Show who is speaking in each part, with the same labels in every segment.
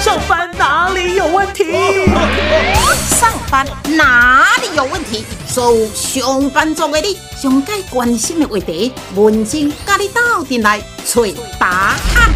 Speaker 1: 上班哪里有问题？
Speaker 2: 上班哪里有问题？所有上班族的你，上该关心的话题，文静甲你斗阵来找答案。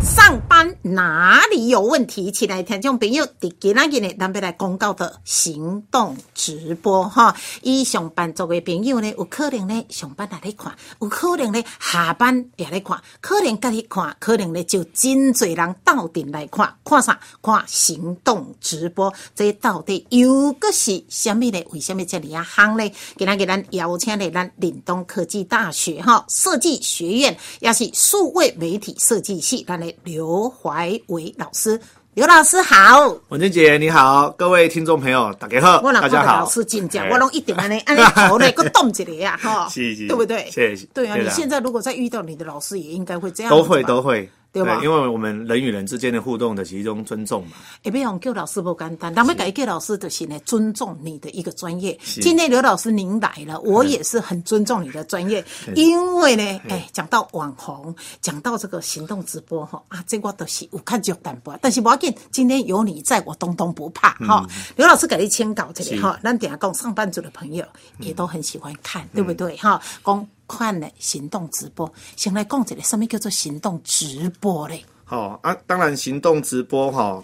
Speaker 2: 上班哪里有问题？起来，听众朋友，伫今仔日呢，咱要来公告的行动直播哈。伊上班族的朋友呢，有可能呢上班也咧看，有可能呢下班也咧看，可能甲你看，可能呢就真侪人斗阵来看，看啥？看行动直播，这到底又个是虾米呢？为什么这里啊夯呢？今仔日咱邀请的咱岭东科技大学哈设计学院，也是数位媒体设计系，咱的刘怀伟老师。刘老师好，
Speaker 3: 文静姐你好，各位听众朋友大家好，
Speaker 2: 我若
Speaker 3: 大
Speaker 2: 看
Speaker 3: 家
Speaker 2: 到
Speaker 3: 好，
Speaker 2: 老师进讲，
Speaker 3: 哎
Speaker 2: 我拢一定安尼安尼头嘞，搁动一个呀，哈，
Speaker 3: 是是
Speaker 2: 对不对？
Speaker 3: 是是
Speaker 2: 对啊，
Speaker 3: 对
Speaker 2: 你
Speaker 3: 啦
Speaker 2: 现在如果再遇到你的老师，也应该会这样子啊吧，
Speaker 3: 都会都会，
Speaker 2: 对吧
Speaker 3: 因为我们人与人之间的互动的其中尊重嘛，
Speaker 2: 会被用叫老师不简单，咱们改叫老师就是呢，尊重你的一个专业。
Speaker 3: 是嗯
Speaker 2: 今天刘老师您来了，我也是很尊重你的专业，因为呢，哎，讲到网红，讲到这个行动直播哈，啊，这我都是有看就淡薄，但是不要紧，今天有你在我东东不怕哈。刘老师给你签稿这里
Speaker 3: 嗯是嗯
Speaker 2: 哈，咱等一下讲上班族的朋友也都很喜欢看，对不对哈？讲看呢行动直播，先来讲一个什么叫做行动直播嘞？
Speaker 3: 好、啊，当然行动直播哈、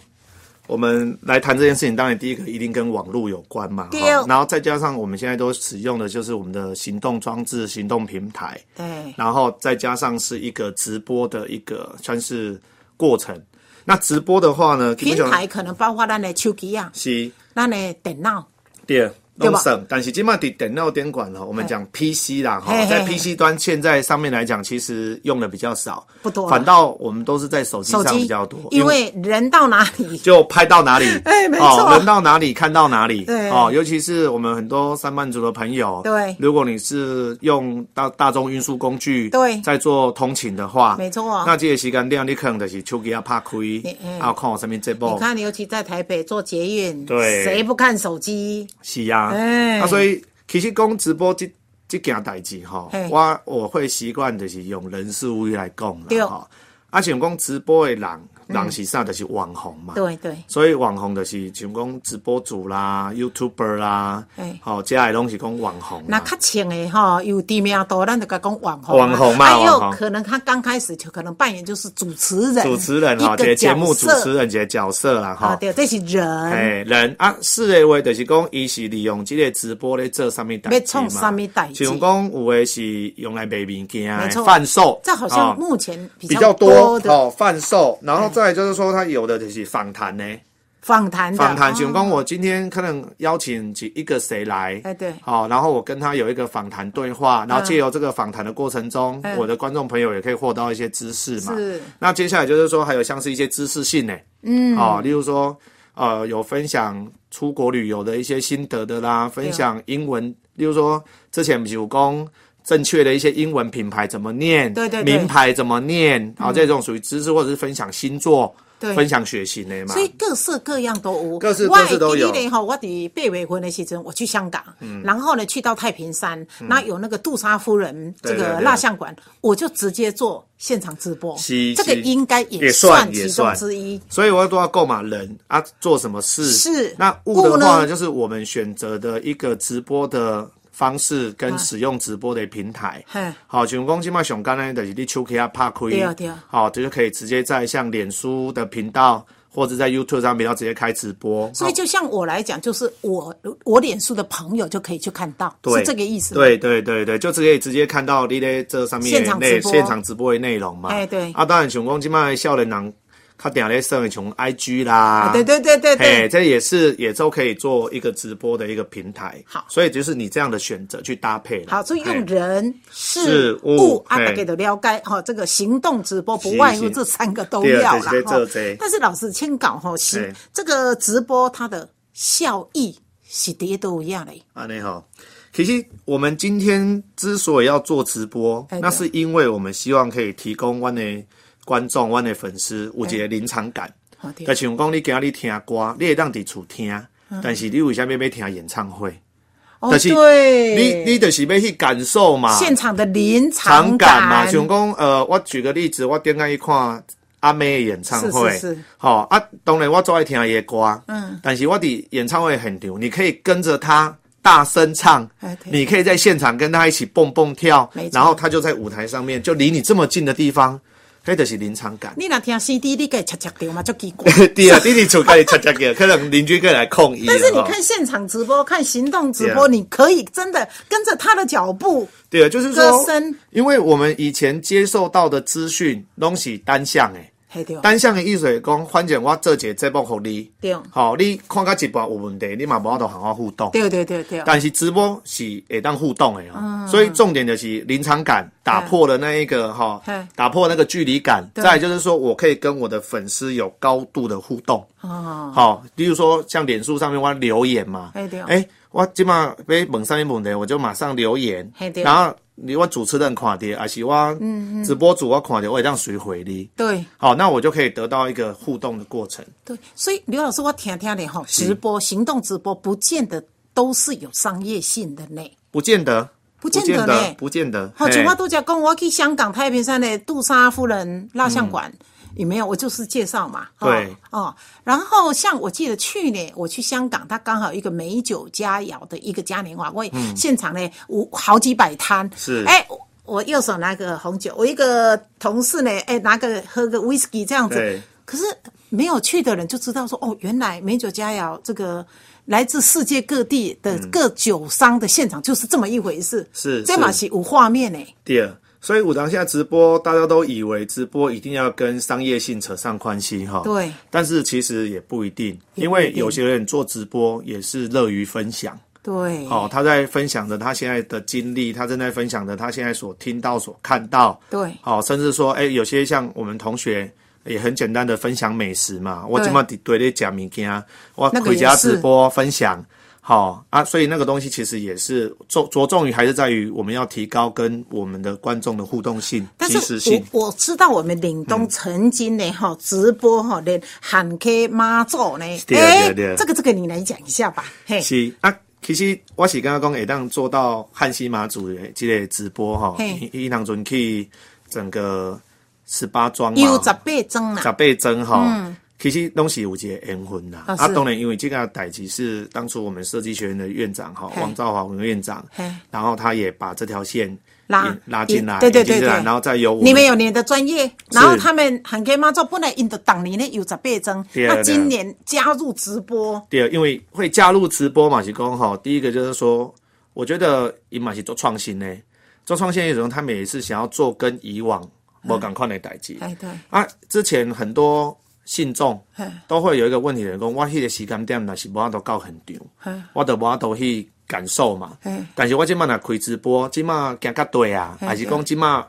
Speaker 3: 我们来谈这件事情，当然第一个一定跟网络有关嘛，
Speaker 2: 对哦
Speaker 3: 哈然后再加上我们现在都使用的就是我们的行动装置、行动平台，
Speaker 2: 对，
Speaker 3: 然后再加上是一个直播的一个算是过程。那直播的话呢，基
Speaker 2: 平
Speaker 3: 本上
Speaker 2: 台可能包括咱的手机啊。
Speaker 3: 是
Speaker 2: 咱的电脑，
Speaker 3: 对，
Speaker 2: 对吧
Speaker 3: 弄省，但是今麦伫电脑点管哈，我们讲 PC 啦哈
Speaker 2: 嘿嘿，
Speaker 3: 在
Speaker 2: 嘿
Speaker 3: PC 端现在上面来讲，其实用的比较少，
Speaker 2: 不多啦
Speaker 3: 反倒我们都是在手机
Speaker 2: 手
Speaker 3: 上
Speaker 2: 机
Speaker 3: 比较多，
Speaker 2: 因为人到哪里，
Speaker 3: 就拍到哪里，
Speaker 2: 哎没错
Speaker 3: 哦，人到哪里看到哪里，
Speaker 2: 对
Speaker 3: 哦，尤其是我们很多上班族的朋友，
Speaker 2: 对
Speaker 3: 如果你是用大大众运输工具，
Speaker 2: 对
Speaker 3: 在做通勤的话，
Speaker 2: 没错嗯
Speaker 3: 那这个时间量你可能就是手机要拍开，啊，看我身边这
Speaker 2: 你
Speaker 3: 部，
Speaker 2: 看，尤其在台北坐捷运，
Speaker 3: 对
Speaker 2: 谁不看手机？
Speaker 3: 是呀、
Speaker 2: 哎
Speaker 3: 啊，所以其实讲直播这这件代志吼
Speaker 2: 嘿，
Speaker 3: 我我会习惯就是用人事物来讲
Speaker 2: 对嗯
Speaker 3: 啦吼。啊，像讲直播的人，人是啥？就是网红嘛。
Speaker 2: 对对，
Speaker 3: 所以网红就是像讲直播主啦、YouTuber 啦
Speaker 2: 嘿，
Speaker 3: 好，这些东西讲网红啊
Speaker 2: 那
Speaker 3: 啦。
Speaker 2: 较浅的哈，有知名度，咱就该讲网红啊。
Speaker 3: 网红嘛
Speaker 2: 还有
Speaker 3: 网红
Speaker 2: 可能他刚开始就可能扮演就是主持人，
Speaker 3: 主持人哈，
Speaker 2: 一
Speaker 3: 这个
Speaker 2: 个
Speaker 3: 节目主
Speaker 2: 角色
Speaker 3: 持人这个角色啦
Speaker 2: 啊，
Speaker 3: 哈。
Speaker 2: 对，这是人
Speaker 3: 哎，人啊，四个话就是讲，伊是利用这个直播咧做上面代志嘛，
Speaker 2: 要创什么代志
Speaker 3: 像讲有的是用来卖物件
Speaker 2: 没
Speaker 3: 的
Speaker 2: 错，
Speaker 3: 贩售，
Speaker 2: 这好像
Speaker 3: 哦
Speaker 2: 目前
Speaker 3: 比较
Speaker 2: 多
Speaker 3: 多
Speaker 2: 的
Speaker 3: 哦，贩售，然后再来就是说，它有的就是访谈呢，
Speaker 2: 访谈的
Speaker 3: 访谈，
Speaker 2: 哦
Speaker 3: 像讲我今天可能邀请几一个谁来，
Speaker 2: 哎对
Speaker 3: 好，然后我跟他有一个访谈对话，然后借由这个访谈的过程中，
Speaker 2: 嗯
Speaker 3: 我的观众朋友也可以获到一些知识嘛。
Speaker 2: 是
Speaker 3: 那接下来就是说，还有像是一些知识性呢，嗯，哦，例如说，呃，有分享出国旅游的一些心得的啦，分享英文，例如说之前不是有讲正确的一些英文品牌怎么念，
Speaker 2: 对对对
Speaker 3: 名牌怎么念，啊、这种属于知识或者是分享星座，
Speaker 2: 对
Speaker 3: 分享血型的嘛
Speaker 2: 所。以各式各样都有，
Speaker 3: 各式
Speaker 2: 我
Speaker 3: 各式都有嗯
Speaker 2: 还记得吼，我伫八月份的时阵，我去香港，然后呢去到太平山，那有那个杜莎夫人这
Speaker 3: 对
Speaker 2: 个
Speaker 3: 对对
Speaker 2: 蜡像馆，我就直接做现场直播，
Speaker 3: 是
Speaker 2: 这个
Speaker 3: 是
Speaker 2: 应该
Speaker 3: 也算
Speaker 2: 算其
Speaker 3: 也
Speaker 2: 中
Speaker 3: 算
Speaker 2: 之一。
Speaker 3: 所以我要都要购买人啊，做什么事
Speaker 2: 是
Speaker 3: 那物的
Speaker 2: 物
Speaker 3: 话
Speaker 2: 呢
Speaker 3: 呢，就是我们选择的一个直播的方式跟使用直播的平台
Speaker 2: 啊嘿。
Speaker 3: 好，像讲即卖上刚呢，就是你手机啊拍开，
Speaker 2: 对啊对啊
Speaker 3: 好，这就可以直接在像脸书的频道或者在 YouTube 上频道直接开直播。
Speaker 2: 所以就像我来讲，就是我我脸书的朋友就可以去看到，
Speaker 3: 对
Speaker 2: 是这个意思吗。
Speaker 3: 对对对对，就直接直接看到你在这上面
Speaker 2: 现场直
Speaker 3: 内
Speaker 2: 播
Speaker 3: 现场直播的内容嘛。
Speaker 2: 哎对
Speaker 3: 啊，当然像讲即卖少年人，他定咧上从 IG 啦，
Speaker 2: 啊，对对对对
Speaker 3: 哎，
Speaker 2: 对，
Speaker 3: 这也是也都可以做一个直播的一个平台。
Speaker 2: 好
Speaker 3: 所以就是你这样的选择去搭配啦。
Speaker 2: 好，所以用
Speaker 3: 嘿
Speaker 2: 人事
Speaker 3: 事
Speaker 2: 物
Speaker 3: 物
Speaker 2: 啊，
Speaker 3: 嘿
Speaker 2: 大家都了解哈。这个行动直播不
Speaker 3: 是
Speaker 2: 外乎
Speaker 3: 是
Speaker 2: 这三个都
Speaker 3: 对
Speaker 2: 要
Speaker 3: 啊
Speaker 2: 啦
Speaker 3: 就是在
Speaker 2: 哈
Speaker 3: 做这。
Speaker 2: 但是老师先讲哈，是
Speaker 3: 嘿
Speaker 2: 这个直播它的效益是第都一样嘞。
Speaker 3: 安内啊好。其实我们今天之所以要做直播，
Speaker 2: 哎对
Speaker 3: 那是因为我们希望可以提供我的观众、我的粉丝有一个临场感。
Speaker 2: 好哎对嗯
Speaker 3: 就像讲你今日听歌，你会当伫厝听，但是你为什么要听演唱会？
Speaker 2: 哦
Speaker 3: 但是
Speaker 2: 对，
Speaker 3: 你你就是要去感受嘛，
Speaker 2: 现场的临
Speaker 3: 场
Speaker 2: 场
Speaker 3: 感嘛，
Speaker 2: 感
Speaker 3: 像讲呃，我举个例子，我点解去看阿妹的演唱会，
Speaker 2: 是是是
Speaker 3: 好、啊，当然我最爱听伊的歌，嗯，但是我伫演唱会很牛，你可以跟着他大声唱
Speaker 2: 哎，对
Speaker 3: 你可以在现场跟他一起蹦蹦跳
Speaker 2: 没，错
Speaker 3: 然后他就在舞台上面，就离你这么近的地方，那就是临场感。
Speaker 2: 你若听 CD，你给切切掉嘛，就奇怪。
Speaker 3: 对啊，你伫厝家己恰恰个，可能邻居过来抗议。
Speaker 2: 但是你
Speaker 3: 哦
Speaker 2: 看现场直播，看行动直
Speaker 3: 对
Speaker 2: 播，
Speaker 3: 啊
Speaker 2: 你可以真的跟着他的脚步。
Speaker 3: 对啊，就是
Speaker 2: 歌
Speaker 3: 说
Speaker 2: 声，
Speaker 3: 因为我们以前接受到的资讯拢是单向诶，
Speaker 2: 嘿对，
Speaker 3: 单向的意思是讲，反正我做一个节目互你，
Speaker 2: 对
Speaker 3: 好、你看到一半有问题，你嘛无法度和我互动。
Speaker 2: 对对对对，
Speaker 3: 但是直播是会当互动的哦，
Speaker 2: 嗯
Speaker 3: 所以重点就是临场感打破了那一个哈、
Speaker 2: 嗯
Speaker 3: 打破那个距离感。
Speaker 2: 对
Speaker 3: 再来就是说我可以跟我的粉丝有高度的互动。
Speaker 2: 哦，
Speaker 3: 好、例如说像脸书上面我留言嘛，
Speaker 2: 嘿对
Speaker 3: 哎、我今嘛被问上面问题，我就马上留言
Speaker 2: 嘿，对嗯
Speaker 3: 然后你我主持人看到，还是我直播主我看到，我会让谁回你。
Speaker 2: 对
Speaker 3: 好，那我就可以得到一个互动的过程。
Speaker 2: 对，所以刘老师，我听听你吼，直播行动直播不见得都是有商业性的呢。
Speaker 3: 不见得，
Speaker 2: 不见得
Speaker 3: 得
Speaker 2: 呢，
Speaker 3: 不见得。
Speaker 2: 好，
Speaker 3: 嘿
Speaker 2: 像我都讲讲，我去香港太平山的杜莎夫人蜡像馆。也没有，我就是介绍嘛。哦
Speaker 3: 嗯对
Speaker 2: 哦，然后像我记得去年我去香港，它刚好有一个美酒佳肴的一个嘉年华，我也现场呢五好几百摊。
Speaker 3: 嗯是
Speaker 2: 哎，我我右手拿个红酒，我一个同事呢，哎，拿个喝个 whisky 这样子
Speaker 3: 对。
Speaker 2: 可是没有去的人就知道说，哦，原来美酒佳肴这个来自世界各地的
Speaker 3: 嗯
Speaker 2: 各酒商的现场就是这么一回事。
Speaker 3: 是
Speaker 2: 这嘛
Speaker 3: 是
Speaker 2: 是有画面呢。
Speaker 3: 第二，所以武当下直播，大家都以为直播一定要跟商业性扯上关系哈。
Speaker 2: 对
Speaker 3: 但是其实也不一定，因为有些人做直播也是乐于分享。
Speaker 2: 对，
Speaker 3: 哦，他在分享着他现在的经历，他正在分享着他现在所听到、所看到。
Speaker 2: 对
Speaker 3: 好、甚至说，哎、有些像我们同学也很简单的分享美食嘛。我
Speaker 2: 对
Speaker 3: 今嘛对咧讲物件，我
Speaker 2: 那个
Speaker 3: 回
Speaker 2: 也
Speaker 3: 家
Speaker 2: 是
Speaker 3: 直播分享。好、啊，所以那个东西其实也是着着重于还是在于我们要提高跟我们的观众的互动性、
Speaker 2: 但
Speaker 3: 及
Speaker 2: 是
Speaker 3: 时性。
Speaker 2: 我我知道我们岭东曾经呢哈、直播哈连喊 K 妈祖呢，
Speaker 3: 对啊
Speaker 2: 哎
Speaker 3: 对啊对啊
Speaker 2: 这个这个你来讲一下吧，嘿，
Speaker 3: 是啊，其实我是刚刚讲，会当做到汉西马祖的这个直播哈，
Speaker 2: 嘿
Speaker 3: 伊伊当阵去整个十八庄嘛，
Speaker 2: 有十八啊增
Speaker 3: 十
Speaker 2: 啦，
Speaker 3: 倍增哈。其实东西有节缘分啦，
Speaker 2: 啊
Speaker 3: 啊
Speaker 2: 是
Speaker 3: 当然因为这个代志是当初我们设计学院的院长哈，
Speaker 2: 嘿
Speaker 3: 王兆华文院长
Speaker 2: 嘿，
Speaker 3: 然后他也把这条线
Speaker 2: 拉
Speaker 3: 引拉进来，
Speaker 2: 对对
Speaker 3: 引进
Speaker 2: 对对
Speaker 3: 来然后再由我
Speaker 2: 你们有你的专业，
Speaker 3: 是
Speaker 2: 然后他们喊 K 妈祖本来印度当年呢有十八增，
Speaker 3: 对
Speaker 2: 那
Speaker 3: 啊对啊
Speaker 2: 今年加入直播，
Speaker 3: 对，因为会加入直播嘛，是讲哈，第一个就是说，我觉得伊嘛是做创新呢，做创新的一种，他们也是想要做跟以往无赶快的代志。
Speaker 2: 哎对，
Speaker 3: 啊，之前很多信众
Speaker 2: 嘿
Speaker 3: 都会有一个问题，就是讲我迄个时间点若是无法度到现
Speaker 2: 嘿
Speaker 3: 场，我都无法度去感受嘛
Speaker 2: 嘿。
Speaker 3: 但是我即满若开直播，即满行较对啊，还是讲即满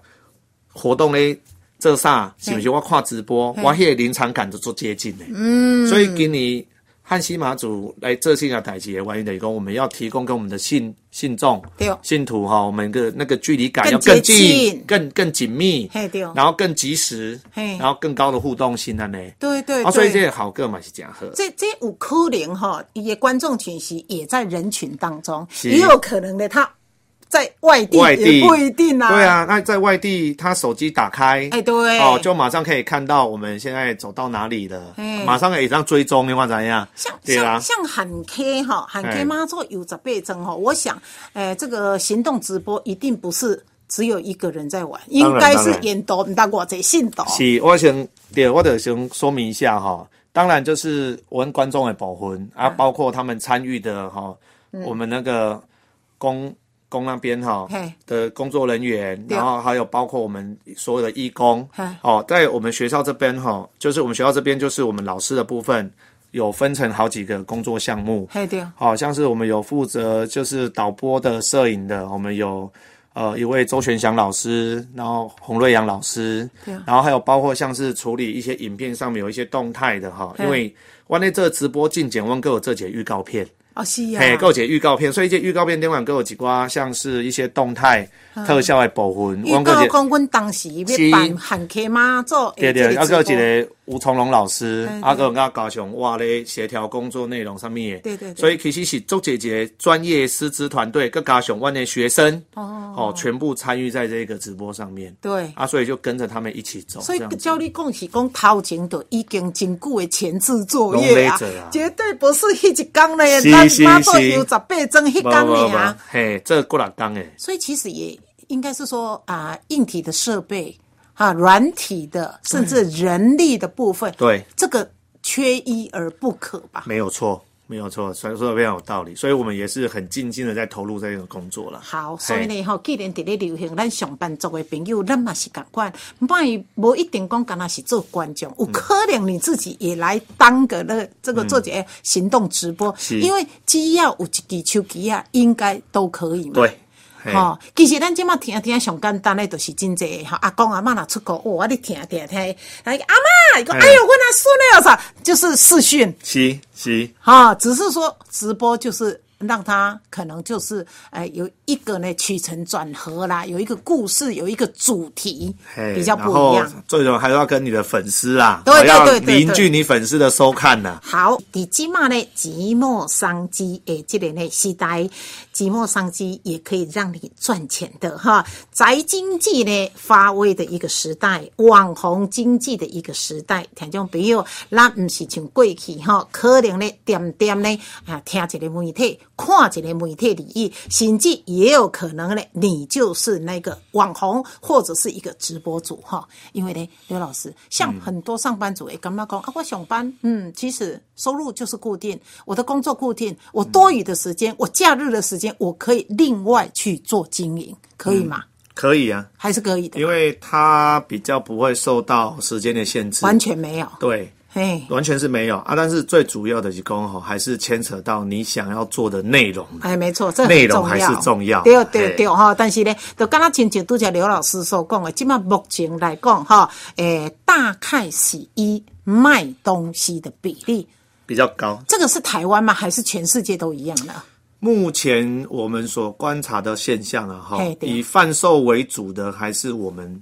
Speaker 3: 活动咧做啥，是毋是我看直播，我迄个临场感就足接近的。嗯，所以今年。汉西马祖来这些个台企的原因等于讲，我们要提供给我们的信信众
Speaker 2: 对、
Speaker 3: 信徒哈，我们的那个距离感
Speaker 2: 更
Speaker 3: 要更
Speaker 2: 接
Speaker 3: 近
Speaker 2: 近、
Speaker 3: 更更紧密，
Speaker 2: 嘿对
Speaker 3: 然后更及时，
Speaker 2: 哦嘿
Speaker 3: 然后更高的互动性了呢。
Speaker 2: 对对
Speaker 3: 啊，所以这
Speaker 2: 对。
Speaker 3: 个好个嘛是讲好，
Speaker 2: 这这有可能哈、伊的观众群是也在人群当中，
Speaker 3: 是
Speaker 2: 也有可能呢，他在外地
Speaker 3: 外地
Speaker 2: 也不一定啊。
Speaker 3: 对，啊，那在外地他手机打开，
Speaker 2: 哎对
Speaker 3: 哦，就马上可以看到我们现在走到哪里了
Speaker 2: 哎，
Speaker 3: 马上可以让追踪，另外怎样？
Speaker 2: 像
Speaker 3: 对啦
Speaker 2: 像，像喊 K 哈，喊 K
Speaker 3: 哎
Speaker 2: 妈做有着倍增哈，我想，呃，这个行动直播一定不是只有一个人在玩，应
Speaker 3: 然
Speaker 2: 该
Speaker 3: 当
Speaker 2: 是
Speaker 3: 然
Speaker 2: 引导，唔得我这信导。
Speaker 3: 是，我先对，我得先说明一下哈。当然，就是我们观众的保分啊，
Speaker 2: 嗯
Speaker 3: 包括他们参与的哈，我们那个公公那边哈
Speaker 2: 嘿
Speaker 3: 的工作人员，
Speaker 2: 对
Speaker 3: 然后还有包括我们所有的义工
Speaker 2: 嘿，
Speaker 3: 哦，在我们学校这边哈，就是我们学校这边就是我们老师的部分有分成好几个工作项目，
Speaker 2: 嘿对，
Speaker 3: 好、像是我们有负责就是导播的、摄影的，我们有呃一位周全祥老师，然后洪瑞阳老师，
Speaker 2: 对啊
Speaker 3: 然后还有包括像是处理一些影片上面有一些动态的哈，
Speaker 2: 嗯
Speaker 3: 因为万内这个直播进检问各有这节预告片，
Speaker 1: 哦，是啊，
Speaker 3: 嘿，还有一个预告片，所以这预告片顶晚给有一寡像是一些动态特效的部分，
Speaker 2: 嗯预
Speaker 3: 还有
Speaker 2: 告
Speaker 3: 一个
Speaker 2: 讲，阮当时要办韩客妈做
Speaker 3: 对
Speaker 2: 的这
Speaker 3: 对，啊
Speaker 2: 个
Speaker 3: 还
Speaker 2: 直播，
Speaker 3: 有一个吴从龙老师
Speaker 1: 对，
Speaker 3: 啊，还有我高雄我咧协调工作内容上面的，
Speaker 1: 对对对
Speaker 3: 所以其实是做姐姐专业师资团队，各高雄我的学生哦全部参与在这个直播上面，
Speaker 2: 对。
Speaker 3: 啊，所以就跟着他们一起走，
Speaker 2: 所
Speaker 3: 这样
Speaker 2: 以
Speaker 3: 子
Speaker 2: 照你讲是讲头前就已经真久的前置作业啊
Speaker 3: 拢累着啊，
Speaker 2: 绝对不是迄一天嘞，
Speaker 3: 是
Speaker 2: 咱
Speaker 3: 是
Speaker 2: 八到
Speaker 3: 是
Speaker 2: 有十八针迄
Speaker 3: 不
Speaker 2: 天
Speaker 3: 不
Speaker 2: 嘞
Speaker 3: 不
Speaker 2: 啊。，
Speaker 3: 嘿，这过两天诶。
Speaker 2: 所以其实也应该是说啊、硬体的设备啊，软体的，甚至人力的部分，
Speaker 3: 嗯对
Speaker 2: 这个缺一而不可吧。
Speaker 3: 没有错，没有错，所以说的非常有道理，所以我们也是很尽心的在投入在这个工作了。
Speaker 2: 好，
Speaker 3: 嘿
Speaker 2: 所以呢，吼，既然伫咧流行，咱上班族的朋友，咱嘛是共款，莫无一定讲干那是做观众，
Speaker 3: 嗯
Speaker 2: 有可能你自己也来当个那这个做一
Speaker 3: 嗯
Speaker 2: 个行动直播，
Speaker 3: 是
Speaker 2: 因为只要有一支手机啊，应该都可以嘛。
Speaker 3: 对，嘿
Speaker 2: 吼、其实咱即马听听上简单的，就是真济吼，阿公阿嬷若出国，哇、啊你听听听，哎阿嬷，伊讲、哎呦，阮阿孙了啥，就是视讯
Speaker 3: 是是，
Speaker 2: 哈、只是说直播就是让他可能就是呃有一个呢起承转合啦，有一个故事，有一个主题
Speaker 3: 嘿，
Speaker 2: 比较
Speaker 3: 然
Speaker 2: 不
Speaker 3: 后
Speaker 2: 一样。
Speaker 3: 最重要还是要跟你的粉丝啊，
Speaker 2: 对对
Speaker 3: 要
Speaker 2: 对对
Speaker 3: 凝聚你粉丝的收看呐、
Speaker 2: 好，伫即马呢，寂寞商机诶，即个呢时代，寂寞商机也可以让你赚钱的哈。宅经济呢发威的一个时代，网红经济的一个时代，听众朋友，咱毋是像过去哈，可能呢点点呢啊，听一个媒体，看一个媒体利益，甚至也有可能呢，你就是那个网红或者是一个直播主哈。因为呢，刘老师，像很多上班族也感觉讲啊，我上班，嗯，其实收入就是固定，我的工作固定，我多余的时间，我假日的时间，我可以另外去做经营，可以吗？
Speaker 3: 可以啊，
Speaker 2: 还是可以的，
Speaker 3: 因为它比较不会受到时间的限制，
Speaker 2: 完全没有，
Speaker 3: 对。
Speaker 2: 嘿。
Speaker 3: 完全是没有啊，但是最主要的是工吼，还是牵扯到你想要做的内容。
Speaker 2: 哎，没错，这很
Speaker 3: 内容
Speaker 2: 重
Speaker 3: 还是重要
Speaker 2: 对对对
Speaker 3: 嘿
Speaker 2: 哈。但是呢，就刚刚亲像拄则刘老师所讲的，即马目前来讲哈，诶，大概是以卖东西的比例，
Speaker 3: 比较高，
Speaker 2: 这个是台湾吗？还是全世界都一样呢？
Speaker 3: 目前我们所观察的现象啊，哈
Speaker 2: 嘿，对
Speaker 3: 以贩售为主的，还是我们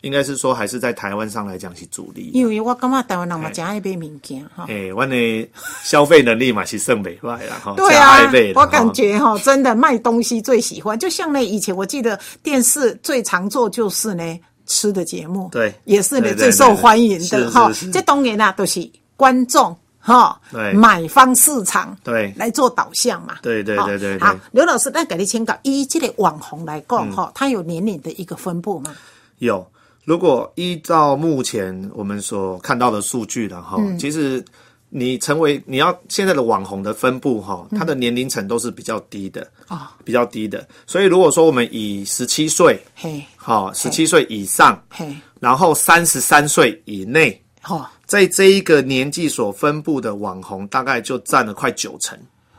Speaker 3: 应该是说，还是在台湾上来讲是主力。
Speaker 2: 因为我感觉台湾人嘛，真爱买物件哈。
Speaker 3: 哎、我的消费能力嘛是胜北外啦，哈，
Speaker 2: 对
Speaker 3: 哦加
Speaker 2: 啊
Speaker 3: 爱哦倍，啦
Speaker 2: 我感
Speaker 3: 哈
Speaker 2: 觉哈，真的卖东西最喜欢。就像那以前，我记得电视最常做就是呢吃的节目，
Speaker 3: 对
Speaker 2: 也是呢
Speaker 3: 对对
Speaker 2: 最
Speaker 3: 对
Speaker 2: 受欢迎
Speaker 3: 是
Speaker 2: 的
Speaker 3: 是
Speaker 2: 哈
Speaker 3: 是。
Speaker 2: 这当然啦，都是观众哈
Speaker 3: 对，
Speaker 2: 买方市场
Speaker 3: 对
Speaker 2: 来做导向嘛。
Speaker 3: 对对
Speaker 2: 哈
Speaker 3: 对对对嗯
Speaker 2: 好，刘老师，那给你请教，以这个网红来讲哈，它有年龄的一个分布嘛？
Speaker 3: 有。如果依照目前我们所看到的数据了哈，
Speaker 2: 嗯
Speaker 3: 其实你成为你要现在的网红的分布哈，它的年龄层都是比较低的
Speaker 2: 嗯哦
Speaker 3: 比较低的。所以如果说我们以十七岁，
Speaker 2: 嘿，
Speaker 3: 好，十七岁以上，
Speaker 2: 嘿，
Speaker 3: 然后三十三岁以内，
Speaker 2: 哈。
Speaker 3: 在这一个年纪所分布的网红，大概就占了快九成，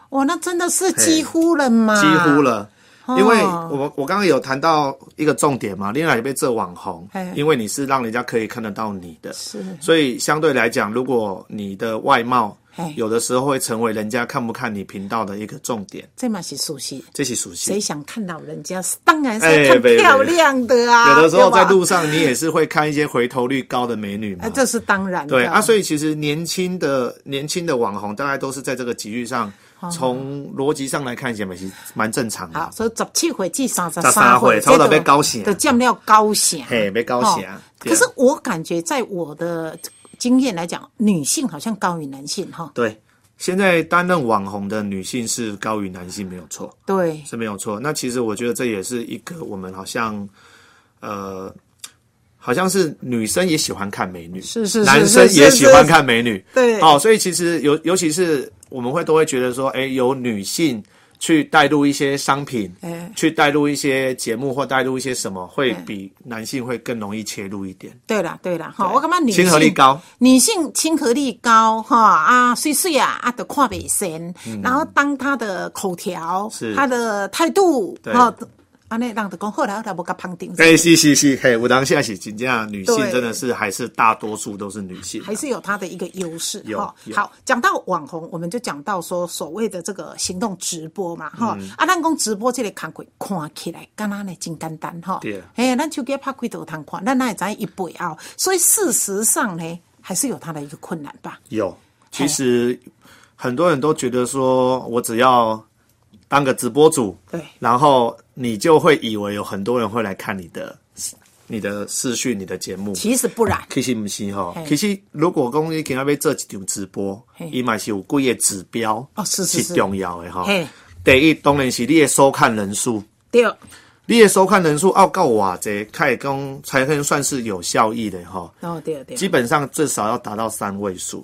Speaker 2: 哇，那真的是几乎了嘛？
Speaker 3: 几乎。了。
Speaker 2: 嗯
Speaker 3: 因为
Speaker 2: 哦
Speaker 3: 我我刚刚有谈到一个重点嘛，另外一被这网红
Speaker 2: 嘿，
Speaker 3: 因为你是让人家可以看得到你的，
Speaker 2: 是
Speaker 3: 所以相对来讲，如果你的外貌
Speaker 2: 嘿
Speaker 3: 有的时候会成为人家看不看你频道的一个重点，
Speaker 2: 这嘛是熟悉。
Speaker 3: 这是属性
Speaker 2: 谁。想看老人家？当然是
Speaker 3: 哎
Speaker 2: 要看
Speaker 3: 对
Speaker 2: 漂亮的啊。
Speaker 3: 有的时候在
Speaker 2: 对吧
Speaker 3: 路上，你也是会看一些回头率高的美女嘛
Speaker 2: 哎，，这是当然的。
Speaker 3: 对啊，所以其实年轻的年轻的网红，大概都是在这个集域上，从逻辑上来看，起来是蛮正常
Speaker 2: 哦好
Speaker 3: 的，。
Speaker 2: 所以十七岁至三十
Speaker 3: 33
Speaker 2: 岁，
Speaker 3: 岁差不多要高兴啊
Speaker 2: 都占了高险，
Speaker 3: 嘿要高兴
Speaker 2: 哦
Speaker 3: 对啊
Speaker 2: 可是我感觉，在我的经验来讲，女性好像高于男性哈。
Speaker 3: 对，现在担任网红的女性是高于男性，没有错，
Speaker 2: 对，
Speaker 3: 是没有错。那其实我觉得这也是一个我们好像，呃，好像是女生也喜欢看美女，
Speaker 2: 是是是
Speaker 3: 男生也喜欢看美女，
Speaker 2: 对
Speaker 3: 哦，所以其实尤尤其是我们会都会觉得说，哎，有女性。去带入一些商品，
Speaker 2: 哎
Speaker 3: 去带入一些节目或带入一些什么，会比男性会更容易切入一点。
Speaker 2: 对啦，对啦，哈，我感觉女性
Speaker 3: 亲和力高，
Speaker 2: 女性亲和力高，哈啊，水水啊，啊，都看不深，然后当她的口条，
Speaker 3: 嗯是
Speaker 2: 她的态度，
Speaker 3: 对
Speaker 2: 哈，安尼人就讲好啦，好啦，无甲捧顶。
Speaker 3: 哎、是是是，嘿，我当下是真正女性
Speaker 2: 对
Speaker 3: 真的是还是大多数都是女性啊、
Speaker 2: 还是有它的一个优势
Speaker 3: 有
Speaker 2: 哈
Speaker 3: 有。
Speaker 2: 好，讲到网红，我们就讲到说所谓的这个行动直播嘛哈。
Speaker 3: 嗯
Speaker 2: 啊，咱讲直播这个工具看起来干那呢真简单哈
Speaker 3: 对啊。
Speaker 2: 嘿，咱手机拍开就有通看，咱哪会知伊背后？所以事实上呢，还是有它的一个困难吧。
Speaker 3: 有，其实很多人都觉得说我只要当个直播主，
Speaker 2: 对
Speaker 3: 然后你就会以为有很多人会来看你的你的视讯、你的节目。
Speaker 2: 其实不然，
Speaker 3: 其实不是吼
Speaker 2: 嘿，
Speaker 3: 其实如果讲你今仔要做一场直播
Speaker 2: 嘿，
Speaker 3: 伊嘛是有几个指标
Speaker 2: 哦是是是
Speaker 3: 重要的吼
Speaker 2: 嘿。
Speaker 3: 第一当然是你的收看人数，
Speaker 2: 对，
Speaker 3: 你的收看人数要到偌济，才会讲才能算是有效益的吼。
Speaker 2: 哦对对，
Speaker 3: 基本上至少要达到三位数，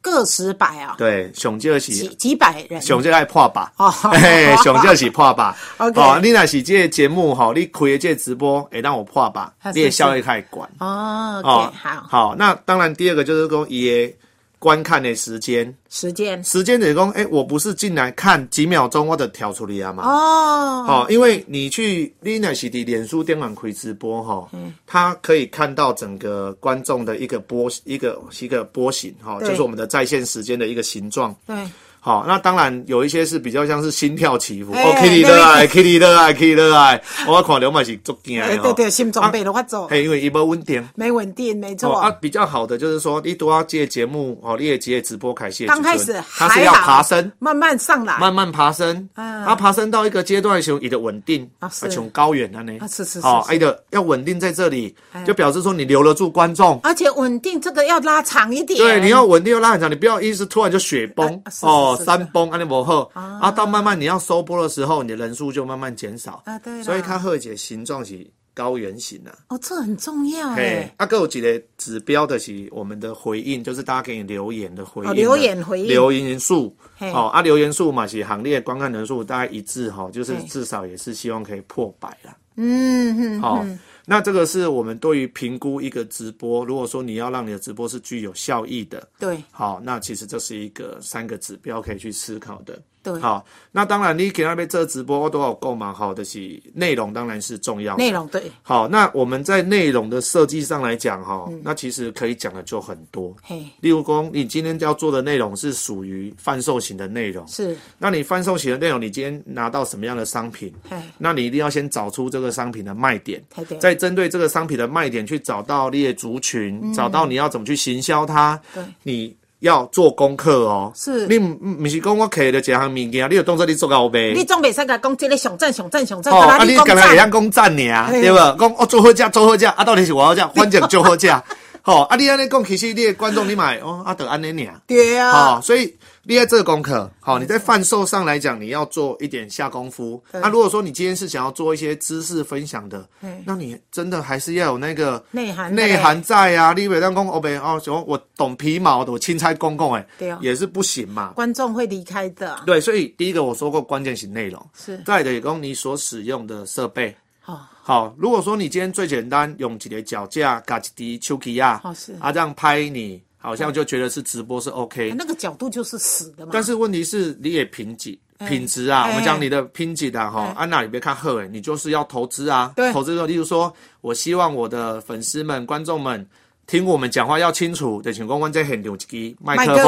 Speaker 2: 个十百啊，
Speaker 3: 对，上少是
Speaker 2: 几几百人，
Speaker 3: 上这爱破吧
Speaker 2: 哦，
Speaker 3: 嘿，上这是破吧。
Speaker 2: OK
Speaker 3: 哦，你若是这个节目吼，你开的这个直播，会让我破吧
Speaker 2: 啊，是
Speaker 3: 你的效益太广。
Speaker 2: 哦
Speaker 3: 哦
Speaker 2: ，OK，，好，
Speaker 3: 好，那当然第二个就是说伊的观看的时间，
Speaker 2: 时间
Speaker 3: 时间就是讲，哎，我不是进来看几秒钟我就跳出来啊嘛。
Speaker 2: 哦，
Speaker 3: 哦，因为你去你若是伫脸书电网开直播吼，
Speaker 2: 嗯
Speaker 3: 他可以看到整个观众的一个波一个一个波形哈，
Speaker 2: 对
Speaker 3: 就是我们的在线时间的一个形状。
Speaker 2: 对，
Speaker 3: 好，那当然有一些是比较像是心跳起伏，
Speaker 2: 哎
Speaker 3: 哦，Kitty 热爱，Kitty 热爱，Kitty 热爱， 我看刘嘛是足惊
Speaker 2: 哎
Speaker 3: 的
Speaker 2: 对
Speaker 3: 吼，
Speaker 2: 对，心脏病的发作，
Speaker 3: 啊嘿，因为伊无稳定。
Speaker 2: 没稳定，没
Speaker 3: 哦
Speaker 2: 错
Speaker 3: 啊，，比较好的就是说，你都要接节目哦，你也接直播开始的
Speaker 2: 刚
Speaker 3: 时阵，
Speaker 2: 开始
Speaker 3: 它是
Speaker 2: 还
Speaker 3: 要
Speaker 2: 好，哎
Speaker 3: 爬升，
Speaker 2: 慢慢上来，
Speaker 3: 慢慢爬升，啊，爬升到一个阶段的时候，你的稳定
Speaker 2: 啊是
Speaker 3: 从高远了呢，
Speaker 2: 啊是是是
Speaker 3: 哦，
Speaker 2: 是哎
Speaker 3: 哎的要稳定在这里，就表示说你留得住观众，
Speaker 2: 而且稳定这个要拉长一点。
Speaker 3: 对，你要稳定要拉很长，你不要一直突然就雪崩
Speaker 2: 啊是是
Speaker 3: 哦
Speaker 2: 是，是
Speaker 3: 山崩安尼摩后啊，到慢慢你要收播的时候，你的人数就慢慢减少
Speaker 2: 啊对啦
Speaker 3: 所以它贺姐形状是高原型啊。
Speaker 2: 哦，这很重要
Speaker 3: 嘿
Speaker 2: 哎，。
Speaker 3: 啊，还有一个指标的是我们的回应，就是大家给你留言的回应啊、
Speaker 2: 哦留言回应
Speaker 3: 留言数。
Speaker 2: 嘿
Speaker 3: 哦，啊，留言数嘛是行列观看人数大概一致哈、哦，就是
Speaker 2: 嘿
Speaker 3: 至少也是希望可以破百啦。
Speaker 2: 嗯嗯，
Speaker 3: 哦，那这个是我们对于评估一个直播，如果说你要让你的直播是具有效益的，
Speaker 2: 对，
Speaker 3: 好，那其实这是一个三个指标可以去思考的。
Speaker 2: 对
Speaker 3: 好，那当然你给那边这个直播都有购买好的是内容，当然是重要的。
Speaker 2: 内容对，
Speaker 3: 好，那我们在内容的设计上来讲哈、
Speaker 2: 嗯
Speaker 3: 那其实可以讲的就很多。
Speaker 2: 嘿，
Speaker 3: 例如说，你今天要做的内容是属于贩售型的内容，
Speaker 2: 是
Speaker 3: 那你贩售型的内容，你今天拿到什么样的商品
Speaker 2: 嘿？
Speaker 3: 那你一定要先找出这个商品的卖点
Speaker 2: 太对，
Speaker 3: 再针对这个商品的卖点去找到你的族群，找到你要怎么去行销它。
Speaker 2: 嗯对
Speaker 3: 你要做功课哦。
Speaker 2: 是
Speaker 3: 你唔唔是讲我摕了一项物件，你有动作你做到呗？
Speaker 2: 你总袂使甲讲这个上赞上赞上赞，
Speaker 3: 哦，
Speaker 2: 跟咱
Speaker 3: 啊，你
Speaker 2: 讲
Speaker 3: 敢若
Speaker 2: 赞
Speaker 3: 会晓讲赞你啊，
Speaker 2: 嘿
Speaker 3: 对无？讲哦，做好价，做好价，啊，到底是我好价，反正做 好价。吼、啊，你安尼讲，其实你的观众你买哦，啊，得安尼尔。
Speaker 2: 对
Speaker 3: 好、
Speaker 2: 啊，
Speaker 3: 所以你在这个功课，好、你在贩售上来讲，你要做一点下功夫。那、如果说你今天是想要做一些知识分享的，那你真的还是要有那个
Speaker 2: 内涵
Speaker 3: 内涵在啊。你别当讲哦呗哦，什么我懂皮毛的，我钦差公公哎，
Speaker 2: 对啊
Speaker 3: 也是不行嘛。
Speaker 2: 观众会离开的，
Speaker 3: 对，所以第一个我说过，关键型内容
Speaker 2: 是哦
Speaker 3: 再来的，也供你所使用的设备。
Speaker 2: 好，
Speaker 3: 好，如果说你今天最简单用几个脚架加一滴丘吉亚，
Speaker 2: 哦是啊
Speaker 3: 啊这样拍你，好像就觉得是直播是 OK，、
Speaker 2: 那个角度就是死的嘛。
Speaker 3: 但是问题是你也品质品质啊，
Speaker 2: 哎
Speaker 3: 我们讲你的品质啊哈
Speaker 2: 哎，
Speaker 3: 安娜里别看赫尔，你就是要投资啊，
Speaker 2: 对
Speaker 3: 投资的，例如说我希望我的粉丝们、观众们。听我们讲话要清楚，对，请公关在很有一支麦
Speaker 2: 麦
Speaker 3: 克
Speaker 2: 克
Speaker 3: 风，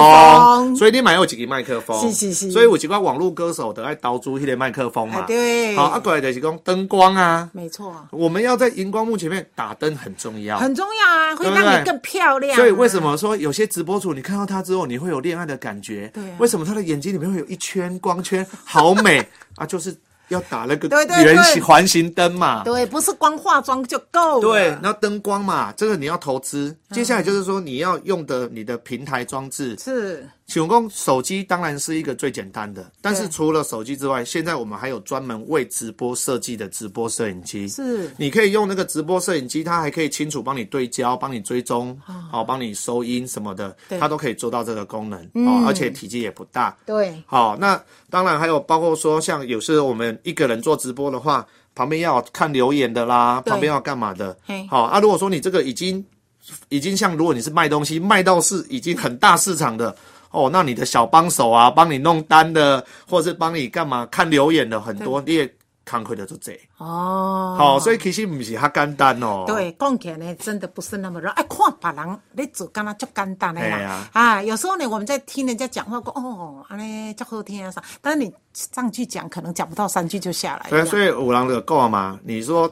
Speaker 2: 风
Speaker 3: 所以你买有一支麦克风，
Speaker 2: 是是是
Speaker 3: 所以有一个网络歌手都爱导出迄个麦克风嘛，
Speaker 2: 哎对
Speaker 3: 好，啊，过来就是讲灯光啊，
Speaker 2: 没错，
Speaker 3: 我们要在荧光幕前面打灯很重要，
Speaker 2: 很重要啊，会
Speaker 3: 对不
Speaker 2: 让
Speaker 3: 对
Speaker 2: 你更漂亮啊。
Speaker 3: 所以为什么说有些直播主，你看到他之后，你会有恋爱的感觉？
Speaker 2: 对啊
Speaker 3: 为什么他的眼睛里面会有一圈光圈，好美啊？就是要打那个
Speaker 2: 对对对
Speaker 3: 圆形环形灯嘛。
Speaker 2: 对，不是光化妆就够了。
Speaker 3: 对，然后灯光嘛，这个你要投资。接下来就是说你要用的你的平台装置，
Speaker 2: 是
Speaker 3: 请问手机当然是一个最简单的，但是
Speaker 2: 对
Speaker 3: 除了手机之外，现在我们还有专门为直播设计的直播摄影机。
Speaker 2: 是
Speaker 3: 你可以用那个直播摄影机，它还可以清楚帮你对焦、帮你追踪、好、帮你收音什么的，
Speaker 2: 对
Speaker 3: 它都可以做到这个功能。哦，而且体积也不大。
Speaker 2: 对，
Speaker 3: 好，那当然还有包括说，像有时候我们一个人做直播的话，旁边要有看留言的啦，
Speaker 2: 对
Speaker 3: 旁边要干嘛的
Speaker 2: 嘿？
Speaker 3: 好啊，如果说你这个已经已经像，如果你是卖东西，卖到是已经很大市场的。哦，那你的小帮手啊，帮你弄单的，或者是帮你干嘛看留言的很多，你也工课就做济。
Speaker 2: 哦，
Speaker 3: 好、所以其实毋是较简单哦。，
Speaker 2: 对，讲起来呢，真的不是那么容易。哎，看别人咧做，干那足简单的
Speaker 3: 哎
Speaker 2: 啦
Speaker 3: 呀。
Speaker 2: 啊，有时候呢，我们在听人家讲话，讲哦，安尼足好听啊啥，但是你上去讲，可能讲不到三句就下来
Speaker 3: 所以
Speaker 2: 了。
Speaker 3: 所以有人就讲嘛，你说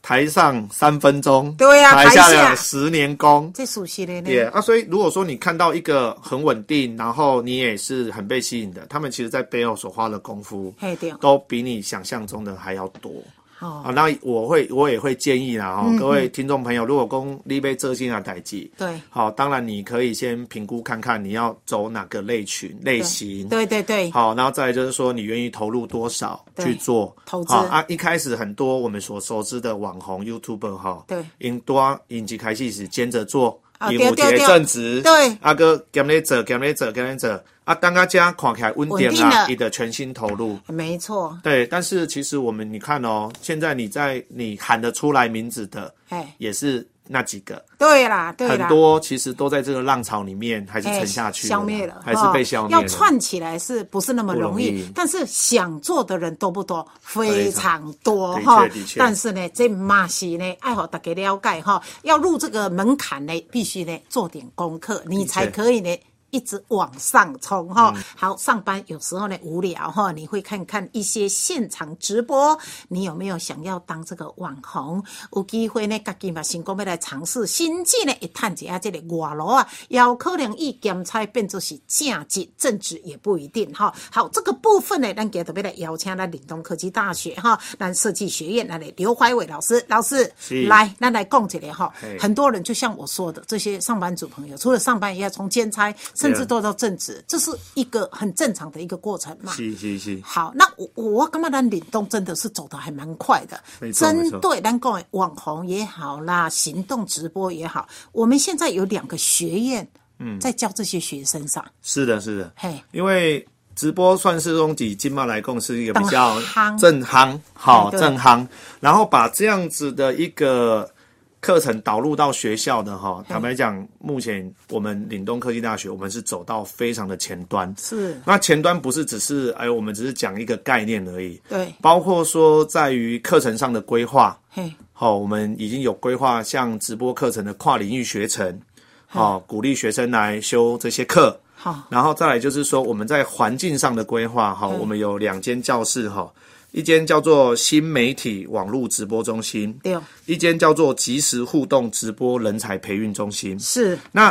Speaker 3: 台上三分钟，
Speaker 2: 对啊
Speaker 3: 台
Speaker 2: 台下
Speaker 3: 有十年功。
Speaker 2: 这熟悉的呢，
Speaker 3: 也、啊，所以如果说你看到一个很稳定，然后你也是很被吸引的，他们其实在背后所花的功夫
Speaker 2: 嘿对，
Speaker 3: 都比你想象中的还要多。
Speaker 2: 哦
Speaker 3: 啊，那我会我也会建议啦，哦，各位听众朋友，如果公立被这些啊代际，
Speaker 2: 嗯对
Speaker 3: 好、当然你可以先评估看看你要走哪个类群类
Speaker 2: 对
Speaker 3: 型，
Speaker 2: 对对对，
Speaker 3: 好，然后再来就是说，你愿意投入多少
Speaker 2: 对
Speaker 3: 去做
Speaker 2: 投资
Speaker 3: 好啊？一开始很多我们所熟知的网红 YouTuber 哈，
Speaker 2: 对
Speaker 3: 因多引及开始是兼着做，
Speaker 2: 啊
Speaker 3: 因
Speaker 2: 对
Speaker 3: 有一
Speaker 2: 对
Speaker 3: 个
Speaker 2: 对
Speaker 3: 正职，
Speaker 2: 对
Speaker 3: 啊个兼咧做，兼咧做，兼咧做，啊，当大家看起来稳
Speaker 2: 稳
Speaker 3: 定
Speaker 2: 定
Speaker 3: 啊，
Speaker 2: 了
Speaker 3: 你的全心投入。
Speaker 2: 没错，
Speaker 3: 对，但是其实我们你看哦，现在你在你喊得出来名字的，
Speaker 2: 哎，
Speaker 3: 也是那几个，
Speaker 2: 对啦，对
Speaker 3: 很
Speaker 2: 啦。
Speaker 3: 多其实都在这个浪潮里面还是
Speaker 2: 哎
Speaker 3: 沉下去了啦，
Speaker 2: 消灭了，
Speaker 3: 还是被消灭
Speaker 2: 哦
Speaker 3: 了。
Speaker 2: 要串起来是不是那么容
Speaker 3: 不
Speaker 2: 易
Speaker 3: 容易？
Speaker 2: 但是想做的人多不多？非常多
Speaker 3: 非常
Speaker 2: 哈
Speaker 3: 的确的。确
Speaker 2: 但是呢，这嘛是呢，爱好大家了解哈。要入这个门槛呢，必须呢做点功课，你才可以呢。一直往上冲哈，好，上班有时候呢无聊哈，你会看看一些现场直播，你有没有想要当这个网红？有机会呢，家己嘛成功要来尝试，甚至呢会探一下这个外路啊，也有可能以兼差变作是正职，正职也不一定哈。好，这个部分呢，咱今日特别来邀请咱岭东科技大学哈，咱设计学院咱的刘怀伟老师，老师
Speaker 3: 是
Speaker 2: 来，咱哎来讲一下哈
Speaker 3: 嘿，
Speaker 2: 很多人就像我说的，这些上班族朋友，除了上班以外，从兼差甚至
Speaker 3: 对啊
Speaker 2: 做到正职，这是一个很正常的一个过程嘛。
Speaker 3: 是是是，
Speaker 2: 好，那我我感觉咱岭东真的是走得还蛮快的
Speaker 3: 没，错
Speaker 2: 针
Speaker 3: 没错
Speaker 2: 对咱讲的网红也好啦，行动直播也好，我们现在有两个学院，嗯，在教这些学生上，
Speaker 3: 是的，是的。
Speaker 2: 嘿，
Speaker 3: 因为直播算是用以金马来共是一个比较
Speaker 2: 当夯
Speaker 3: 正夯，好
Speaker 2: 哎对
Speaker 3: 正夯，然后把这样子的一个课程导入到学校的
Speaker 2: 哎
Speaker 3: 哈。坦白讲，目前我们岭东科技大学，我们是走到非常的前端。
Speaker 2: 是
Speaker 3: 那前端不是只是哎，我们只是讲一个概念而已，
Speaker 2: 对，
Speaker 3: 包括说在于课程上的规划，
Speaker 2: 嘿，
Speaker 3: 好、我们已经有规划像直播课程的跨领域学程，好、鼓励学生来修这些课。
Speaker 2: 好，
Speaker 3: 然后再来就是说我们在环境上的规划哈，我们有两间教室哈，一间叫做新媒体网络直播中心，
Speaker 2: 对，
Speaker 3: 一间叫做即时互动直播人才培育中心。
Speaker 2: 是。
Speaker 3: 那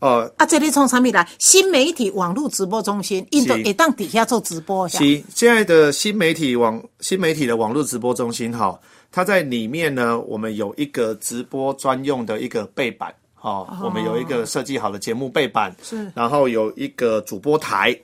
Speaker 3: 呃，
Speaker 2: 啊，这里从啥物来？新媒体网络直播中心，印度
Speaker 3: 是
Speaker 2: 也当底下做直播，是吧
Speaker 3: 其现在的新媒体网新媒体的网络直播中心哈，它在里面呢，我们有一个直播专用的一个背板。哦，我们有一个设计好的节目背板，
Speaker 2: 是
Speaker 3: 然后有一个主播台，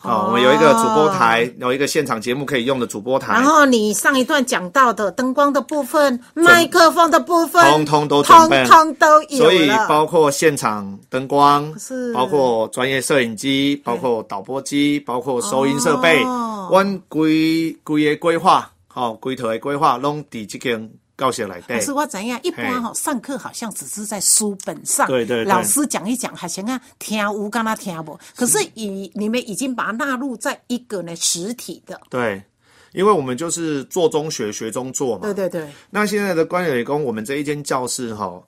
Speaker 3: 哦，我们有一个主播台，有一个现场节目可以用的主播台，
Speaker 2: 然后你上一段讲到的灯光的部分、麦克风的部分，
Speaker 3: 通通都准
Speaker 2: 通
Speaker 3: 备了
Speaker 2: 通都有
Speaker 3: 所以
Speaker 2: 了
Speaker 3: 包括现场灯光，
Speaker 2: 是
Speaker 3: 包括专业摄影机，包括导播机，包括收音设备，
Speaker 2: 哦
Speaker 3: 阮规规个规划，吼、规套的规划，拢伫即间教室内
Speaker 2: 可是
Speaker 3: 底。
Speaker 2: 我怎样？一般
Speaker 3: 嘿
Speaker 2: 哈、上课好像只是在书本上，
Speaker 3: 对对对
Speaker 2: 老师讲一讲还行啊，听无干他听不。可是以你们已经把它纳入在一个呢实体的，
Speaker 3: 对，因为我们就是做中学，学中做嘛。
Speaker 2: 对对对，
Speaker 3: 那现在的关友理工，我们这一间教室哈、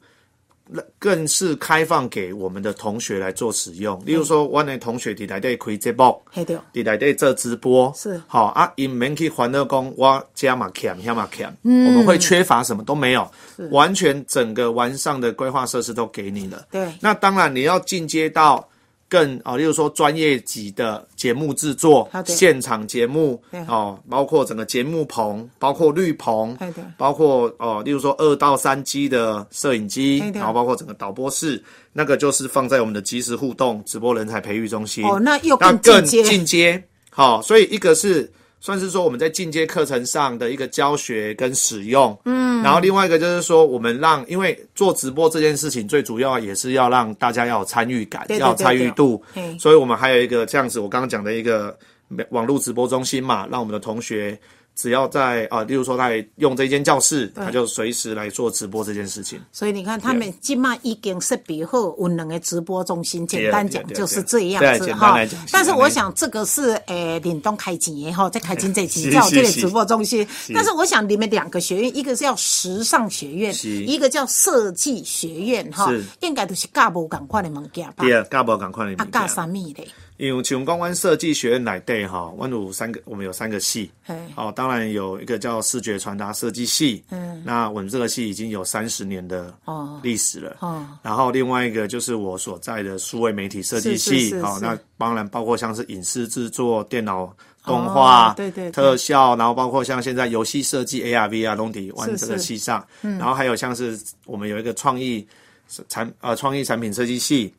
Speaker 3: 那更是开放给我们的同学来做使用。例如说，我的同学伫内底开节目，
Speaker 2: 嘿对，
Speaker 3: 伫内底做直播
Speaker 2: 哦是
Speaker 3: 好、啊，因免去烦恼讲我加嘛欠，遐嘛欠，
Speaker 2: 嗯
Speaker 3: 我们会缺乏什么都没有，完全整个完善的规划设施都给你了。
Speaker 2: 对
Speaker 3: 那当然你要进阶到更啊、例如说专业级的节目制作
Speaker 2: 好、的
Speaker 3: 现场节目
Speaker 2: 对
Speaker 3: 哦，包括整个节目棚，包括绿棚
Speaker 2: 好的，
Speaker 3: 包括哦、例如说二到三 G 的摄影机
Speaker 2: 好，的
Speaker 3: 然后包括整个导播室，那个就是放在我们的即时互动直播人才培育中心。
Speaker 2: 哦那又
Speaker 3: 那
Speaker 2: 更
Speaker 3: 更
Speaker 2: 进阶
Speaker 3: 进阶。好、所以一个是算是说我们在进阶课程上的一个教学跟使用，嗯，然后另外一个就是说我们让，因为做直播这件事情最主要也是要让大家要有参与感，
Speaker 2: 对对
Speaker 3: 要有参与度
Speaker 2: 对对嘿，
Speaker 3: 所以我们还有一个这样子，我刚刚讲的一个网络直播中心嘛，让我们的同学。只要在啊、例如说他也用这间教室，他就随时来做直播这件事情。
Speaker 2: 所以你看，他们今嘛已经设备好，有两个直播中心。简单讲
Speaker 3: Yeah, yeah, yeah,
Speaker 2: 就是这样子
Speaker 3: yeah. 啊对啊简单
Speaker 2: 哈
Speaker 3: 来讲是。
Speaker 2: 但是
Speaker 3: 这样
Speaker 2: 我想，这个是诶，联动开钱的哈，在开钱这期
Speaker 3: 是
Speaker 2: 叫这个
Speaker 3: 是是
Speaker 2: 直播中心。
Speaker 3: 是
Speaker 2: 但是我想，你们两个学院，一个叫时尚学院，
Speaker 3: 是
Speaker 2: 一个叫设计学院哈
Speaker 3: 是，
Speaker 2: 应该都是教无同款的物件吧
Speaker 3: 第？二，干不赶快
Speaker 2: 啊，教啥物嘞？
Speaker 3: 因为像讲阮设计学院内底哈，阮有三个，我们有三个系
Speaker 2: 嘿，
Speaker 3: 哦，当然有一个叫视觉传达设计系，嗯，那我们这个系已经有三十年的历史了，
Speaker 2: 哦
Speaker 3: 然后另外一个就是我所在的数位媒体设计
Speaker 2: 是是
Speaker 3: 系
Speaker 2: 是，
Speaker 3: 哦
Speaker 2: 是，
Speaker 3: 那当然包括像是影视制作、电脑动画、
Speaker 2: 哦对对对
Speaker 3: 特效，然后包括像现在游戏设计 AR、VR 拢底
Speaker 2: 是
Speaker 3: 湾这个
Speaker 2: 是嗯
Speaker 3: 系上，然后还有像是我们有一个创意产呃创意产品设计系。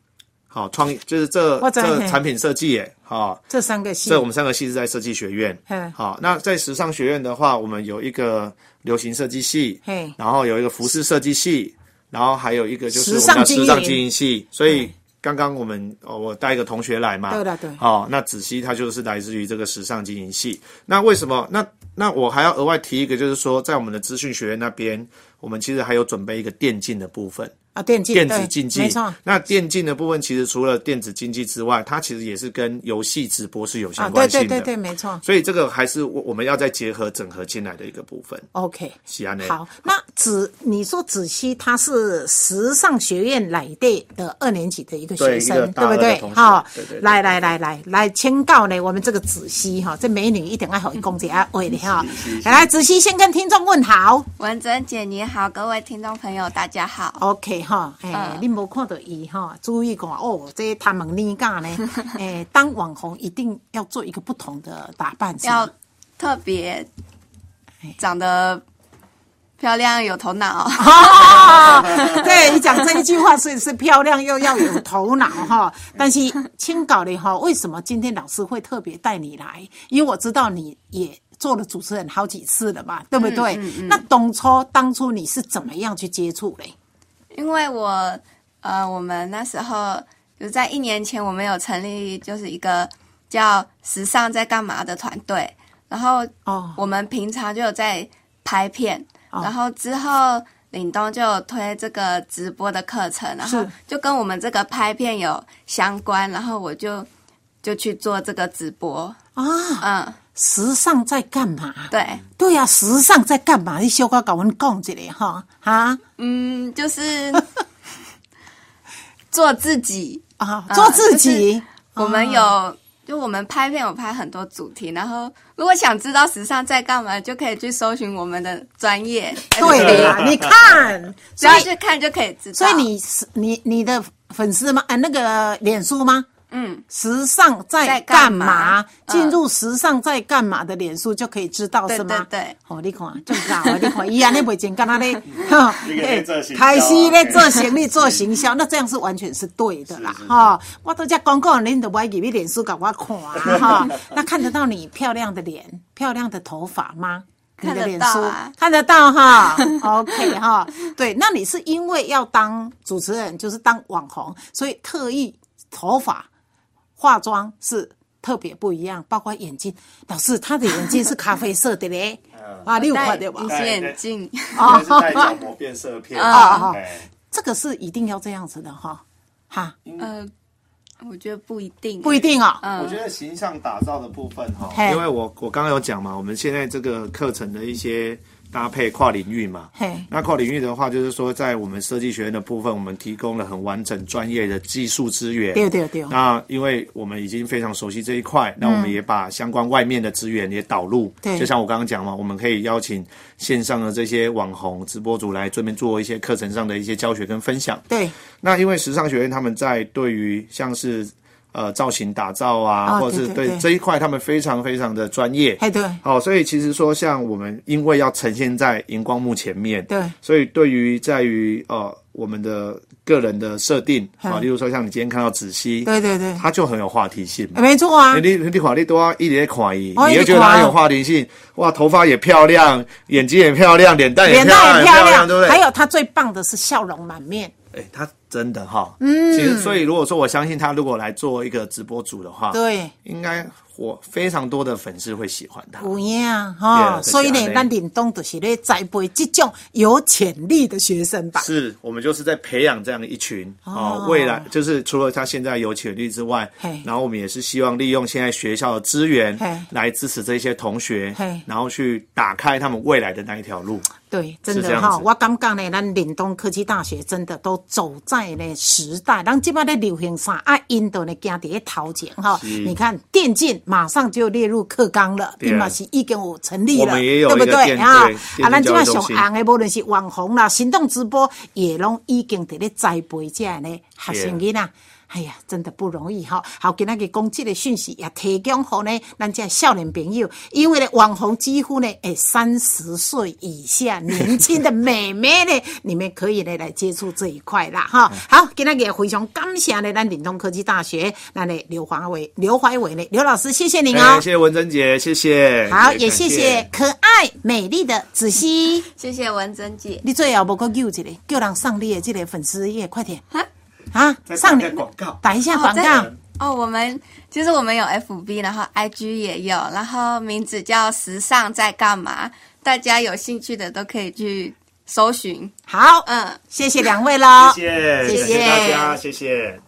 Speaker 3: 好，创意就是这
Speaker 2: 我知
Speaker 3: 这
Speaker 2: 嘿
Speaker 3: 产品设计耶，好、
Speaker 2: 这三个系
Speaker 3: 所以我们三个系是在设计学院
Speaker 2: 嗯。
Speaker 3: 好，那在时尚学院的话，我们有一个流行设计系
Speaker 2: 嘿，
Speaker 3: 然后有一个服饰设计系，然后还有一个就是
Speaker 2: 时
Speaker 3: 我
Speaker 2: 尚
Speaker 3: 们叫
Speaker 2: 经
Speaker 3: 时尚
Speaker 2: 营
Speaker 3: 经营系。所以刚刚我们哦，我带一个同学来嘛，
Speaker 2: 对的对
Speaker 3: 哦，那子熙他就是来自于这个时尚经营系。那为什么？那那我还要额外提一个，就是说在我们的资讯学院那边，我们其实还有准备一个电竞的部分。
Speaker 2: 啊，电竞
Speaker 3: 电子
Speaker 2: 对
Speaker 3: 竞技，
Speaker 2: 没错。啊
Speaker 3: 那电竞的部分，其实除了电子竞技之外，它其实也是跟游戏直播是有
Speaker 2: 啊，
Speaker 3: 相
Speaker 2: 对
Speaker 3: 关性
Speaker 2: 对
Speaker 3: 的。
Speaker 2: 对对，没错。
Speaker 3: 所以这个还是我我们要再结合整合进来的一个部分。
Speaker 2: OK，
Speaker 3: 是安尼
Speaker 2: 好，那子你说子熙他是时尚学院来的的二年级的一个学生
Speaker 3: 对一，个
Speaker 2: 对
Speaker 3: 大二
Speaker 2: 不
Speaker 3: 的
Speaker 2: 对
Speaker 3: 同？学
Speaker 2: 好
Speaker 3: 对对对
Speaker 2: 来来来来来，签告呢，我们这个子熙哈，这美女一定爱好公姐爱喂的哈。来，子熙先跟听众问好
Speaker 4: 文珍姐你好，各位听众朋友大家好。
Speaker 2: ，OK
Speaker 3: 啊
Speaker 2: 哈，哎，
Speaker 4: 嗯
Speaker 2: 你无看到伊哈，注意讲哦，这他们呢干呢， 哎，当网红一定要做一个不同的打扮，是吗
Speaker 4: 要特别长得漂亮、有 头脑，
Speaker 2: 哦， 对你讲这一句话是是漂亮又要有头脑哈。但是清搞的哈，为什么今天老师会特别带你来？因为我知道你也做了主持人好几次了嘛，对不对？那当初当初你是怎么样去接触嘞？
Speaker 4: 因为我呃，我们那时候就在一年前，我们有成立就是一个叫“时尚在干嘛”的团队，然后
Speaker 2: 哦
Speaker 4: 我们平常就有在拍片，然后之后岭东就有推这个直播的课程，然后
Speaker 2: 是
Speaker 4: 就跟我们这个拍片有相关，然后我就就去做这个直播，
Speaker 2: 啊，
Speaker 4: 嗯，
Speaker 2: 时尚在干嘛？
Speaker 4: 对，
Speaker 2: 对呀、啊时尚在干嘛？你小可跟我们讲一下哈啊
Speaker 4: 嗯，就是 做自己，
Speaker 2: 啊，
Speaker 4: 啊
Speaker 2: 做自己。
Speaker 4: 我们有，就我们拍片有拍很多主题，然后如果想知道时尚在干嘛，就可以去搜寻我们的专业，
Speaker 2: 哎对的呀，你看，
Speaker 4: 只要去看就可以知道。
Speaker 2: 所以你是你你的粉丝吗？啊，那个脸书吗？
Speaker 4: 嗯，
Speaker 2: 时尚在
Speaker 4: 在
Speaker 2: 干
Speaker 4: 干
Speaker 2: 嘛
Speaker 4: 嘛？嗯
Speaker 2: 进入时尚在干嘛的脸书就可以知道
Speaker 4: 对
Speaker 2: 是吗？
Speaker 4: 对对
Speaker 2: 哦，你看，就知道啊，你看，伊安尼袂钱，干他 咧，哈
Speaker 3: 嗯你给他做行销
Speaker 2: 开始咧做行李做行销，那这样是完全是对的啦，哈。我都在广告，恁都不爱给你脸书给我看啊， 哈。那看得到你漂亮的脸、漂亮的头发吗？你的脸
Speaker 4: 看
Speaker 2: 书
Speaker 4: 得到啊
Speaker 2: 看得到哈 ，OK 哈，对，那你是因为要当主持人，就是当网红，所以特意头发、化妆是特别不一样，包括眼睛。老师，他的眼睛是咖啡色的 嘞，啊，你有
Speaker 4: 戴
Speaker 2: 看
Speaker 4: 隐
Speaker 2: 对吧？
Speaker 4: 形眼镜，
Speaker 3: 啊，是带角膜变色片
Speaker 2: 哦啊
Speaker 3: 哎
Speaker 2: 这个是一定要这样子的哈，哈，
Speaker 4: 呃，我觉得不一定，
Speaker 2: 嗯不一定哦，
Speaker 3: 嗯我觉得形象打造的部分哈
Speaker 2: 嘿，
Speaker 3: 因为我我刚刚有讲嘛，我们现在这个课程的一些搭配跨领域嘛，
Speaker 2: 嘿，
Speaker 3: 那跨领域的话，就是说在我们设计学院的部分，我们提供了很完整专业的技术资源。
Speaker 2: 对对对，
Speaker 3: 那因为我们已经非常熟悉这一块，那我们也把相关外面的资源也导入。
Speaker 2: 对
Speaker 3: 就像我刚刚讲嘛，我们可以邀请线上的这些网红直播主来这边做一些课程上的一些教学跟分享。
Speaker 2: 对，
Speaker 3: 那因为时尚学院他们在对于像是呃造型打造啊，
Speaker 2: 啊
Speaker 3: 或者是
Speaker 2: 对对对哎
Speaker 3: 这一块，他们非常非常的专业。
Speaker 2: 嘿对，
Speaker 3: 好，所以其实说，像我们因为要呈现在荧光幕前面，
Speaker 2: 对
Speaker 3: 所以对于在于呃我们的个人的设定啊，
Speaker 2: 嗯
Speaker 3: 例如说像你今天看到子熙，
Speaker 2: 对对对
Speaker 3: 他就很有话题性嘛。
Speaker 2: 没错啊
Speaker 3: 你，你你看你都要一直在看伊，
Speaker 2: 哦
Speaker 3: 你
Speaker 2: 一
Speaker 3: 会
Speaker 2: 直
Speaker 3: 觉
Speaker 2: 看
Speaker 3: 得他很有话题性，哇，头发也漂亮，眼睛也漂亮，脸蛋也
Speaker 2: 脸
Speaker 3: 漂
Speaker 2: 蛋
Speaker 3: 亮，
Speaker 2: 也漂亮，
Speaker 3: 对不对？
Speaker 2: 还有他最棒的是笑容满面，
Speaker 3: 哎、他
Speaker 2: 啊
Speaker 3: 真的哈，嗯，其实所以如果说我相信他，如果来做一个直播主的话，，
Speaker 2: 对。
Speaker 3: 应该我非常多的粉丝会喜欢他。
Speaker 2: 有影啊，吼、
Speaker 3: 对啊就是
Speaker 2: 所以
Speaker 3: 安
Speaker 2: 呢，
Speaker 3: 尼
Speaker 2: 咱林东就是咧栽培这种有潜力的学生吧。
Speaker 3: 是我们就是在培养这样一群哦，未来就是除了他现在有潜力之外
Speaker 2: 嘿，
Speaker 3: 然后我们也是希望利用现在学校的资源
Speaker 2: 嘿
Speaker 3: 来支持这些同学
Speaker 2: 嘿，
Speaker 3: 然后去打开他们未来的那一条路。
Speaker 2: 对，真
Speaker 3: 是这
Speaker 2: 的
Speaker 3: 样
Speaker 2: 哈、
Speaker 3: 子
Speaker 2: 我感觉呢，咱岭东科技大学真的都走在呢时代。咱即摆咧流行啥啊，因都呢行伫咧头前哈、你看电竞马上就列入课纲了，
Speaker 3: 对啊
Speaker 2: 伊嘛是已经有成立
Speaker 3: 我
Speaker 2: 了，
Speaker 3: 们也有
Speaker 2: 对不
Speaker 3: 一个
Speaker 2: 对
Speaker 3: 电
Speaker 2: 啊
Speaker 3: 对？
Speaker 2: 啊，咱
Speaker 3: 电竞
Speaker 2: 即
Speaker 3: 教
Speaker 2: 摆
Speaker 3: 育中
Speaker 2: 上
Speaker 3: 心
Speaker 2: 红的，无论是网红啦、行动直播，也拢已经伫咧栽培这样呢学生囡仔。哎呀，真的不容易哈、好，今仔日讲这个讯息也提供给呢咱这少年朋友，因为呢网红几乎呢，诶，三十岁以下年轻的妹妹呢，你们可以呢来接触这一块啦哈。
Speaker 3: 嗯
Speaker 2: 好，今仔日也非常感谢呢，咱岭东科技大学那呢刘华伟、刘怀伟呢，刘老师，谢谢您哦。
Speaker 3: 哎谢谢文珍姐，谢哎谢。
Speaker 2: 好，也
Speaker 3: 感
Speaker 2: 谢谢可爱美丽的子熙。
Speaker 4: 谢谢文珍姐。
Speaker 2: 你最后无搁救一个，叫人上你的这个粉丝页，快点
Speaker 4: 哈
Speaker 2: 啊！
Speaker 3: 再打
Speaker 2: 上你
Speaker 3: 个广告
Speaker 2: 打一下
Speaker 4: 哦
Speaker 2: 广，
Speaker 4: 在
Speaker 2: 告。
Speaker 4: 哦，我们就是我们有 FB，然后 IG 也有，然后名字叫“时尚在干嘛”，大家有兴趣的都可以去搜寻。
Speaker 2: 好，
Speaker 4: 嗯，
Speaker 2: 谢谢两位喽，
Speaker 3: 谢谢，
Speaker 2: 谢
Speaker 3: 谢
Speaker 2: 谢
Speaker 3: 谢大家，谢谢。